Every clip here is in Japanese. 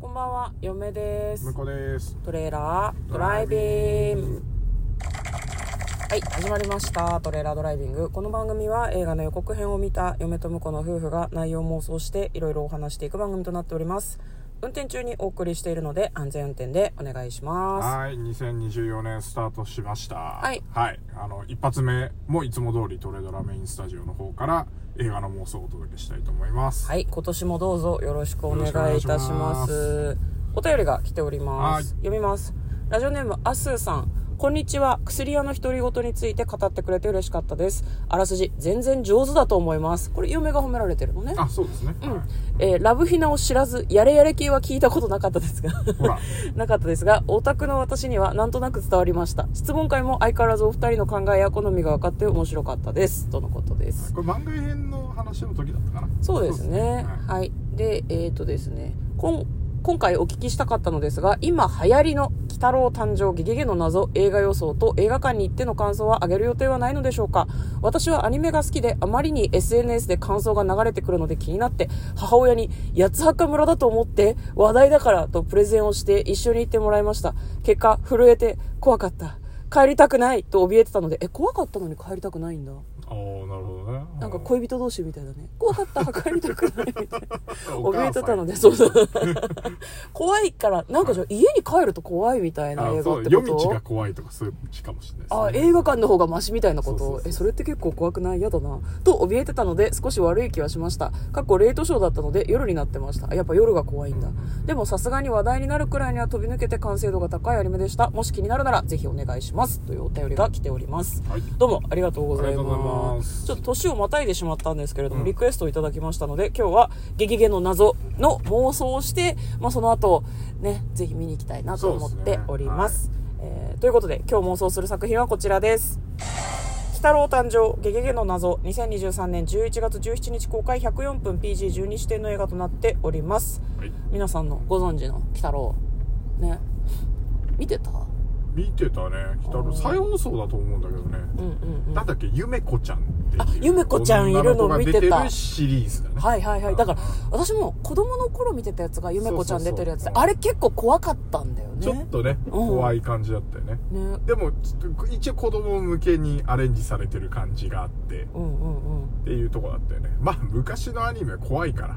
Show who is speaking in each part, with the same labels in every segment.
Speaker 1: こんばんは、嫁です
Speaker 2: 向。こうです
Speaker 1: トレーラードライビング。はい、始まりました。トレーラードライビング。この番組は映画の予告編を見た嫁と婿の夫婦が内容妄想していろいろお話していく番組となっております。運転中にお送りしているので安全運転でお願いします。
Speaker 2: はい2024年スタートしましたはいあの一発目もいつも通りトレドラメインスタジオの方から映画の妄想をお届けしたいと思います
Speaker 1: はい、今年もどうぞよろしくお願いいたします。お便りが来ております。
Speaker 2: はい
Speaker 1: 読みます。ラジオネーム、アスーさん。こんにちは。薬屋の独り言について語ってくれて嬉しかったです。あらすじ、全然上手だと思います。これ、嫁が褒められてるのね。
Speaker 2: あそうですね、はい
Speaker 1: えーラブヒナを知らず、やれやれ系は聞いたことなかったですが。
Speaker 2: ほら
Speaker 1: なかったですが、オタクの私にはなんとなく伝わりました。質問会も相変わらずお二人の考えや好みが分かって面白かったです。とのことです。
Speaker 2: これ番外編の話の時だったかな
Speaker 1: そうですね。
Speaker 2: はい
Speaker 1: はい。で、えっ、とですね、こん今回お聞きしたかったのですが、今流行りの鬼太郎誕生ゲゲゲの謎映画予想と映画館に行っての感想はあげる予定はないのでしょうか私はアニメが好きで、あまりに SNS で感想が流れてくるので気になって、母親に八つ墓村だと思って、話題だからとプレゼンをして一緒に行ってもらいました。結果、震えて怖かった。帰りたくないと怯えてたので、え、怖かったのに帰りたくないんだ。
Speaker 2: ああなるほどね
Speaker 1: なんか恋人同士みたいだね。怖かった、帰りたくないみたいな。
Speaker 2: お
Speaker 1: 怯え
Speaker 2: 母さ
Speaker 1: て
Speaker 2: ん
Speaker 1: たので、そう そう。怖いから、なんかじゃあ家に帰ると怖いみたいな映
Speaker 2: あ
Speaker 1: 画
Speaker 2: そ
Speaker 1: っ
Speaker 2: う
Speaker 1: てこ
Speaker 2: 夜道
Speaker 1: と
Speaker 2: が怖いとかそういう道かもしれないです、ね、
Speaker 1: あ映画館の方がマシみたいなこ
Speaker 2: そうそう
Speaker 1: と
Speaker 2: そう
Speaker 1: えそれって結構怖くない嫌だなと怯えてたので少し悪い気はしました過去レートショーだったので夜になってましたあやっぱ夜が怖いんだでもさすがに話題になるくらいには飛び抜けて完成度が高いアニメでしたもし気になるならぜひお願いしますというお便りが来ております
Speaker 2: はい
Speaker 1: どうもありがとうござい
Speaker 2: ありがとうござい
Speaker 1: ま。
Speaker 2: ますす
Speaker 1: ちょっと年をまたいでしまったんですけれども、
Speaker 2: うん
Speaker 1: リクエストをいただきましたので、今日はゲゲゲの謎の妄想をして、まあ、その後、ね、ぜひ見に行きたいなと思っております。えーということで、今日妄想する作品はこちらです。鬼太郎誕生ゲゲゲの謎2023年11月17日公開104分 PG12 指定の映画となっております
Speaker 2: はい
Speaker 1: 皆さんのご存知の鬼太郎ね見てた
Speaker 2: 見てたね北郎再放送だと思うんだけどね、
Speaker 1: うんうんうん
Speaker 2: なんだっけゆめこちゃんっていう
Speaker 1: あゆめこちゃんいるの見てた
Speaker 2: 女の子が出てるシリーズだね
Speaker 1: はいはいはいだから
Speaker 2: う
Speaker 1: 私も子供の頃見てたやつがゆめこちゃん出てるやつで
Speaker 2: そうそうそう
Speaker 1: あれ結構怖かったんだよね
Speaker 2: ちょっとね、怖い感じだったよね
Speaker 1: ね
Speaker 2: でもちょっと一応子供向けにアレンジされてる感じがあってっ
Speaker 1: うんうんうん
Speaker 2: ていうとこだったよねまあ昔のアニメは怖いから、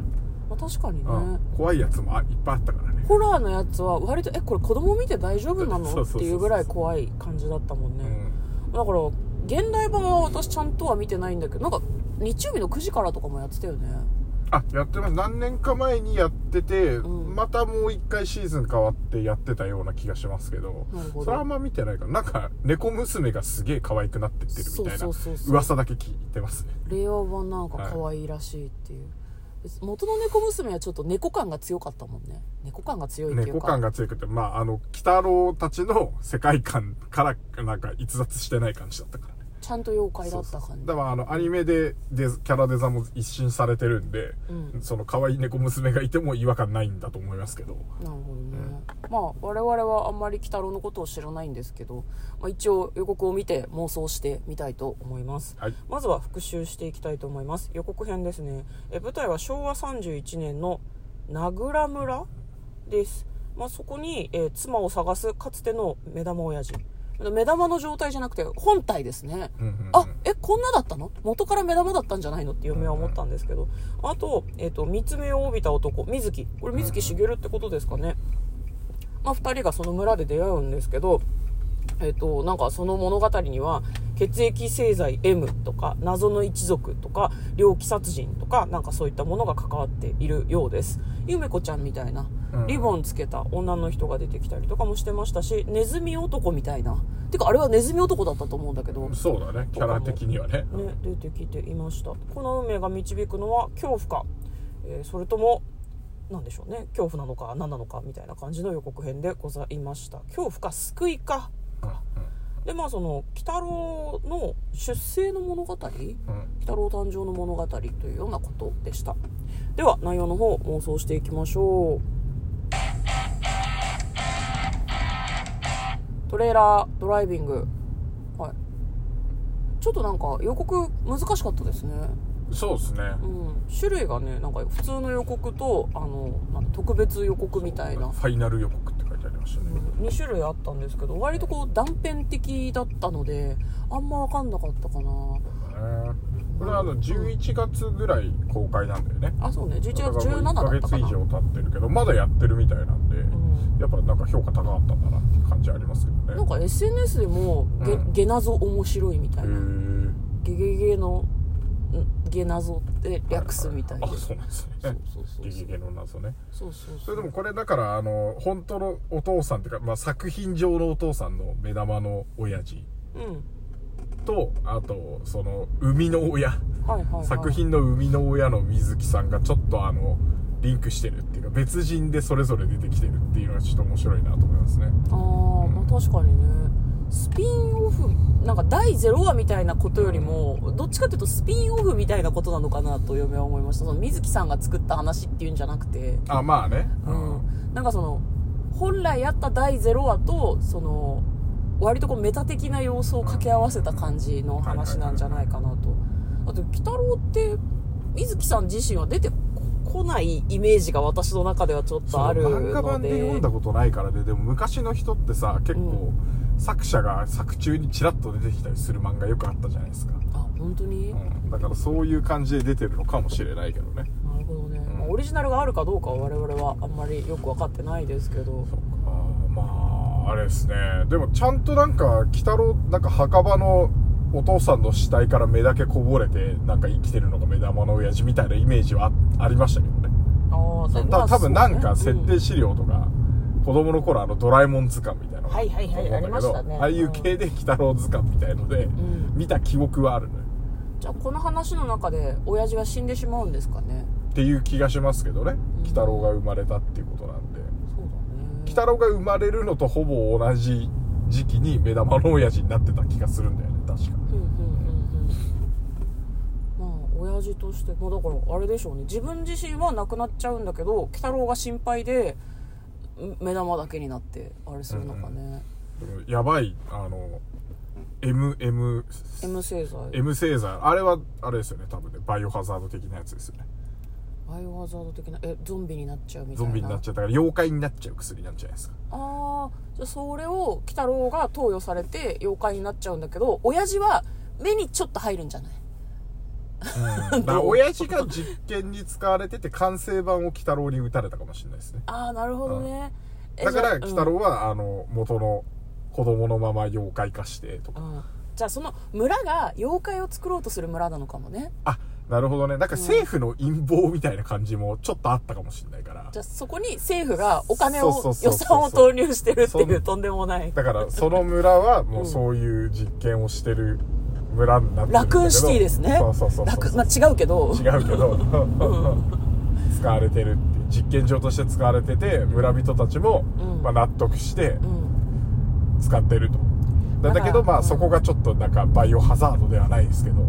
Speaker 1: まあ確かにね、
Speaker 2: うん怖いやつもあいっぱいあったからね
Speaker 1: ホラーのやつは割とえこれ子供見て大丈夫な
Speaker 2: そ
Speaker 1: の
Speaker 2: う
Speaker 1: っ
Speaker 2: そうそうそう
Speaker 1: ていうぐらい怖い感じだったもん
Speaker 2: う
Speaker 1: ね、
Speaker 2: ん
Speaker 1: だから現代版は私ちゃんとは見てないんだけどなんか日曜日の9時からとかもやってたよね
Speaker 2: あやってます何年か前にやってて、
Speaker 1: うん
Speaker 2: またもう一回シーズン変わってやってたような気がしますけど
Speaker 1: なるほど
Speaker 2: それはあんま見てないからなんか猫娘がすげえ可愛くなってってるみたいな
Speaker 1: そうそうそうそう
Speaker 2: 噂だけ聞いてますね
Speaker 1: 令和版なんか可愛いらしいっていう、元の猫娘はちょっと猫感が強かったもんね猫感が強いっていう
Speaker 2: 猫
Speaker 1: か
Speaker 2: 感が強くて、まあ、あの、鬼太郎たちの世界観から、なんか逸脱してない感じだったからね。
Speaker 1: ちゃんと妖怪だった感じ
Speaker 2: だから、あの、アニメででキャラデザも一新されてるんで、
Speaker 1: うん
Speaker 2: その可愛い猫娘がいても違和感ないんだと思いますけど。
Speaker 1: なるほどね、まあ我々はあんまり鬼太郎のことを知らないんですけど、まあ、一応予告を見て妄想してみたいと思います
Speaker 2: はい。
Speaker 1: まずは復習していきたいと思います予告編ですねえ舞台は昭和31年の名倉村です、まあ、そこに、えー妻を探すかつての目玉親父目玉の状態じゃなくて本体ですね、
Speaker 2: うんうんうん
Speaker 1: あえこんなだったの元から目玉だったんじゃないのって嫁は思ったんですけどあと,、えっと三つ目を帯びた男水木これ水木しげるってことですかね、まあ、2人がその村で出会うんですけどえっと、なんかその物語には血液製剤 M とか謎の一族とか猟奇殺人とかなんかそういったものが関わっているようですゆめこちゃんみたいな
Speaker 2: うん
Speaker 1: リボンつけた女の人が出てきたりとかもしてましたしネズミ男みたいなてかあれはネズミ男だったと思うんだけど
Speaker 2: そうだね、キャラ的にはね。
Speaker 1: ね、出てきていましたこの運命が導くのは恐怖か、えーそれとも何でしょうね恐怖なのか何なのかみたいな感じの予告編でございました恐怖か救いか
Speaker 2: うん
Speaker 1: でまあその鬼太郎の出生の物語鬼
Speaker 2: うんうん
Speaker 1: 太郎誕生の物語というようなことでしたでは内容の方妄想していきましょうトレーラードライビングはいちょっとなんか予告難しかったですね
Speaker 2: そうですね。
Speaker 1: うん、種類がねなんか普通の予告とあのなんか特別予告みたいな、
Speaker 2: ファイナル予告って書いてありましたね。
Speaker 1: うん、2種類あったんですけど割とこう断片的だったのであんま分かんなかったかな
Speaker 2: ねこれはあの11月ぐらい公開なんだよね。
Speaker 1: あそうね11月
Speaker 2: だから
Speaker 1: 17
Speaker 2: もう
Speaker 1: だっ
Speaker 2: 1
Speaker 1: た
Speaker 2: ヶ
Speaker 1: か
Speaker 2: 月以
Speaker 1: な
Speaker 2: 上経ってるけど、まだやってるみたいなんで、
Speaker 1: ん
Speaker 2: やっぱなんか評価高かったんだなって感じありますけど
Speaker 1: なん
Speaker 2: ね。
Speaker 1: か SNS でも「げ、
Speaker 2: うん
Speaker 1: ゲナゾ面白い」みたいな
Speaker 2: へえ。
Speaker 1: 「ゲゲゲのんゲナゾ」って略すみたいで、
Speaker 2: あ、そうなんですね。
Speaker 1: そうそうそう
Speaker 2: ゲゲゲの謎ね。
Speaker 1: そうそう
Speaker 2: そ
Speaker 1: そ
Speaker 2: れ
Speaker 1: う
Speaker 2: でもこれだから、あの、本当のお父さんっていうか、まあ、作品上のお父さんの目玉の親父
Speaker 1: うん
Speaker 2: と、あと、その、生みの親、
Speaker 1: はいはい、はい、
Speaker 2: 作品の生みの親の水木さんがちょっとあの、リンクしてるっていうか、別人でそれぞれ出てきてるっていうのがちょっと面白いなと思いますね。
Speaker 1: あー、まあ確かにねスピンオフなんか第0話みたいなことよりもどっちかっていうとスピンオフみたいなことなのかなと嫁は思いましたその水木さんが作った話っていうんじゃなくて、
Speaker 2: あ、まあね。
Speaker 1: うんなんかその本来あった第0話とその割とこうメタ的な様子を掛け合わせた感じの話なんじゃないかなとあと鬼太郎って水木さん自身は出てここないイメージが私の中ではちょっ
Speaker 2: そう
Speaker 1: とあるので
Speaker 2: 漫画版で読んだことないからねでも昔の人ってさ結構、作者が作中にチラッと出てきたりする漫画よくあったじゃないですか、
Speaker 1: あ本当に、
Speaker 2: うん、だからそういう感じで出てるのかもしれないけどね
Speaker 1: なるほどね、
Speaker 2: ん
Speaker 1: まあ、オリジナルがあるかどうかは我々はあんまりよく分かってないですけど
Speaker 2: そっかまああれですねでもちゃんとなんか鬼太郎なんか墓場のお父さんの死体から目だけこぼれてなんか生きてるのが目玉の親父みたいなイメージはあありましたけどね
Speaker 1: ああ
Speaker 2: た多分なんか設定資料とか、子供の頃あのドラえもん図鑑みたいなのが
Speaker 1: はいはいはい
Speaker 2: と思
Speaker 1: あ
Speaker 2: うんだけど
Speaker 1: りましたね
Speaker 2: ああいう系で鬼太郎図鑑みたいので、
Speaker 1: ん
Speaker 2: 見た記憶はあるのよ
Speaker 1: じゃあこの話の中で親父は死んでしまうんですかね
Speaker 2: っていう気がしますけどね
Speaker 1: ん
Speaker 2: 鬼太郎が生まれたっていうことなんで鬼
Speaker 1: そうだね
Speaker 2: 太郎が生まれるのとほぼ同じ時期に目玉の親父になってた気がするんだよね確か
Speaker 1: うんうんうんうんまあ親父としてまあだからあれでしょうね自分自身は亡くなっちゃうんだけど鬼太郎が心配でん目玉だけになってあれするのかね、
Speaker 2: でもやばいあの MM
Speaker 1: M 製剤
Speaker 2: M 製剤あれはあれですよね多分ねバイオハザード的なやつですよね
Speaker 1: バイオハザード的なえゾンビになっちゃうみたいな
Speaker 2: ゾンビになっちゃったから妖怪になっちゃう薬なんじゃないですか
Speaker 1: ああじゃあそれを鬼太郎が投与されて妖怪になっちゃうんだけど親父は目にちょっと入るんじゃない
Speaker 2: だから親父が実験に使われてて完成版を鬼太郎に打たれたかもしれないですね
Speaker 1: ああなるほどね、え
Speaker 2: だから
Speaker 1: じゃあ
Speaker 2: 鬼太郎は、あの元の子供のまま妖怪化してと
Speaker 1: う
Speaker 2: か
Speaker 1: ん、うんじゃあその村が妖怪を作ろうとする村なのかもね
Speaker 2: あなるほどねなんか政府の陰謀みたいな感じもちょっとあったかもしれないから
Speaker 1: じゃあそこに政府がお金を
Speaker 2: そうそうそうそう
Speaker 1: 予算を投入してるって
Speaker 2: そ
Speaker 1: いうんとんでもない
Speaker 2: だからその村はもうそういう実験をしてる村になってるんだけど
Speaker 1: ラクーンシティですね
Speaker 2: そうそうそうそう
Speaker 1: ラクまあ違うけど
Speaker 2: 違うけど 使われてるっていう実験場として使われてて村人たちも、
Speaker 1: うん
Speaker 2: まあ、納得して
Speaker 1: うん
Speaker 2: 使ってるとだ
Speaker 1: だから
Speaker 2: だけどま
Speaker 1: う
Speaker 2: あ
Speaker 1: ん
Speaker 2: そこがちょっとなんかバイオハザードではないですけど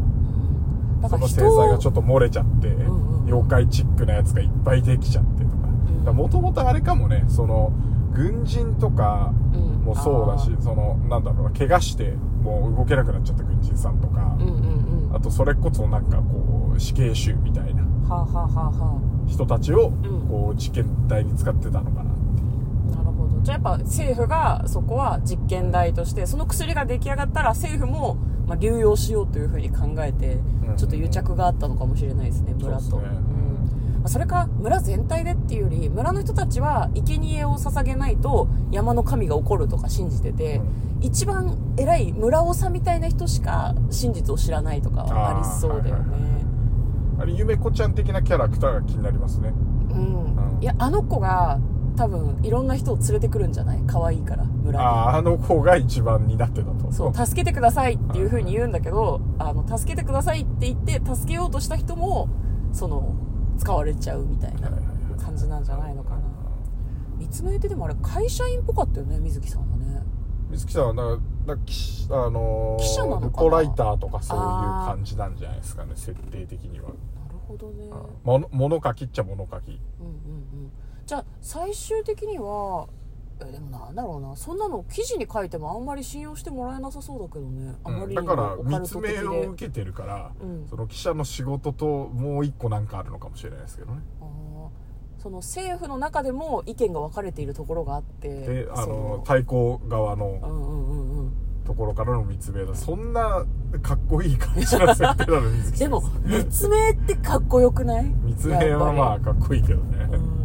Speaker 1: だか
Speaker 2: そ
Speaker 1: ら
Speaker 2: の製
Speaker 1: 人
Speaker 2: 剤
Speaker 1: を
Speaker 2: がちょっと漏れちゃって、
Speaker 1: んうん
Speaker 2: 妖怪チックなやつがいっぱいできちゃってと
Speaker 1: ん
Speaker 2: かもともとあれかもねその軍人とか
Speaker 1: うん
Speaker 2: もそうだし、
Speaker 1: あ
Speaker 2: そのなんだろうな怪我してもう動けなくなっちゃった軍人さんとか、
Speaker 1: うんうんうんは
Speaker 2: あとそれこそなんかこう死刑囚みたいな
Speaker 1: あ、はあはあはあ
Speaker 2: 人たち
Speaker 1: ん
Speaker 2: をこう実験台に使ってたのかなっていう
Speaker 1: なるほどじゃあやっぱ政府がそこは実験台としてその薬が出来上がったら政府も、まあ、流用しようというふうに考えて
Speaker 2: うん
Speaker 1: ちょっと癒着があったのかもしれないですね村と
Speaker 2: そうですね
Speaker 1: うんまあそれか村全体でっていうより村の人たちは生贄を捧げないと山の神が怒るとか信じてて、一番偉い村長みたいな人しか真実を知らないとかはありそうだよね、
Speaker 2: あーはいはいはいあれゆめこちゃん的なキャラクターが気になりますね
Speaker 1: うん、いやあの子が多分いろんな人を連れてくるんじゃない可愛いから村に
Speaker 2: あああの子が一番になってたと
Speaker 1: そう、助けてくださいっていう風に言うんだけど、あの、助けてくださいって言って、助けようとした人も、その、使われちゃうみたいな
Speaker 2: はいはいはい
Speaker 1: 感じなんじゃないのかな。見つめてでもあれ、会社員っぽかったよね、水木さんはね。
Speaker 2: 水木さんはなんかなんか記者あのー
Speaker 1: 記者なのかな
Speaker 2: ルポライターとかそういう感じなんじゃないですかね設定的に
Speaker 1: な
Speaker 2: は
Speaker 1: るほどね。
Speaker 2: もの物書きっちゃ物書
Speaker 1: う
Speaker 2: き
Speaker 1: んうんうん。じゃあ、最終的には、ええでもなんだろうなそんなの記事に書いてもあんまり信用してもらえなさそうだけどねあまりに
Speaker 2: だ
Speaker 1: も
Speaker 2: から
Speaker 1: オカル
Speaker 2: 密
Speaker 1: ト的
Speaker 2: 命
Speaker 1: で
Speaker 2: を受けてるから、
Speaker 1: うん
Speaker 2: その記者の仕事ともう一個なんかあるのかもしれないですけどね、
Speaker 1: あーその政府の中でも意見が分かれているところがあって
Speaker 2: であ
Speaker 1: そ
Speaker 2: の対抗側
Speaker 1: う
Speaker 2: の
Speaker 1: んうんうんうん
Speaker 2: ところからの密命だそんなかっこいい感じの設定なの水
Speaker 1: で
Speaker 2: 木先 生
Speaker 1: も密命ってかっこよくない
Speaker 2: 密命はまあ
Speaker 1: やっ
Speaker 2: かっこいいけどね、
Speaker 1: ぱりうん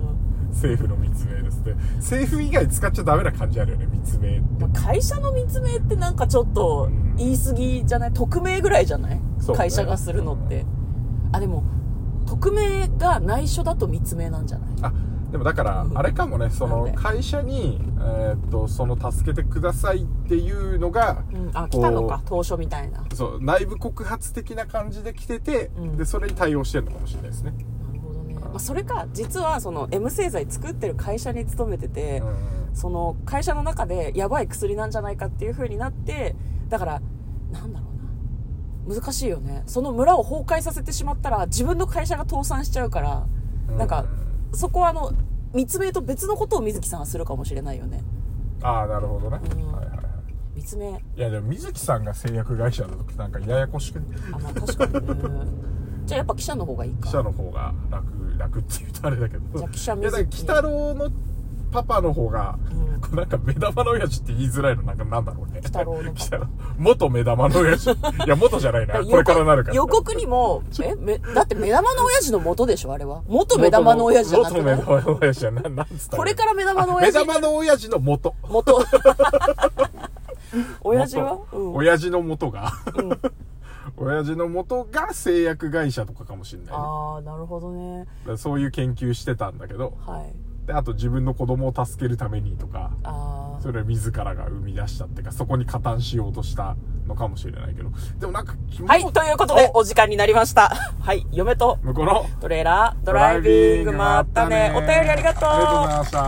Speaker 2: 政府の密命ですね政府以外使っちゃダメな感じあるよね密命って
Speaker 1: まあ会社の密命ってなんかちょっと
Speaker 2: うん
Speaker 1: 言い過ぎじゃない匿名ぐらいじゃない、
Speaker 2: そうね
Speaker 1: 会社がするのってあでも匿名が内緒だと密命なんじゃない
Speaker 2: あでもだから
Speaker 1: うん
Speaker 2: あれかもねそ
Speaker 1: なん
Speaker 2: の
Speaker 1: で
Speaker 2: 会社に、えーっとその助けてくださいっていうのが、
Speaker 1: うん、あ
Speaker 2: こ
Speaker 1: 来
Speaker 2: う
Speaker 1: たのか当初みたいなな
Speaker 2: そう内部告発的な感じで来てて、
Speaker 1: うん
Speaker 2: でそれに対応してるのかもしれないですね、
Speaker 1: るほどね、まあ、それか実はその M 製剤作ってる会社に勤めてて、
Speaker 2: うん
Speaker 1: その会社の中でやばい薬なんじゃないかっていう風になってだからなんだろうな難しいよねその村を崩壊させてしまったら自分の会社が倒産しちゃうから、なんかそこはあの密命と別のことを水木さんはするかもしれないよね
Speaker 2: ああなるほどね、
Speaker 1: うん
Speaker 2: はいはいはい
Speaker 1: 密命
Speaker 2: いやでも水木さんが製薬会社だとなんかややこしく
Speaker 1: あまあ確かに ねじゃあやっぱ記者の方がいいか
Speaker 2: 記者の方が楽楽っていうとあれだけど
Speaker 1: じゃあ記者
Speaker 2: いやだから
Speaker 1: 水木
Speaker 2: 北郎のパパの方が、
Speaker 1: うん
Speaker 2: こうなんか目玉の親父って言いづらいのなんかなんだろうね
Speaker 1: 北郎 のパパ
Speaker 2: 北郎元目玉の親 父いや元じゃないなこれからなるから
Speaker 1: 予告に も、え、め、だって目玉の親父の元でしょ、あれは。元目玉の親父じゃなく
Speaker 2: 元
Speaker 1: ない
Speaker 2: 目玉の親父じゃななんつった
Speaker 1: これから目玉の
Speaker 2: 目
Speaker 1: 親父。
Speaker 2: 玉の親父の元
Speaker 1: 元。親父は
Speaker 2: 元
Speaker 1: うん。
Speaker 2: 親父の元が、
Speaker 1: ん
Speaker 2: 親父の元が製薬会社とかかもしれないね、
Speaker 1: ああ、なるほどね。
Speaker 2: だからそういう研究してたんだけど
Speaker 1: はい。
Speaker 2: であと自分の子供を助けるためにとか
Speaker 1: あ
Speaker 2: それは自らが生み出したっていうかそこに加担しようとしたのかもしれないけどでもなんか
Speaker 1: あ。はい、ということで、お時間になりました。はい、嫁と
Speaker 2: 向こうの
Speaker 1: トレーラー、ドライビング、まったね。お便りありがとう。
Speaker 2: ありがとうございました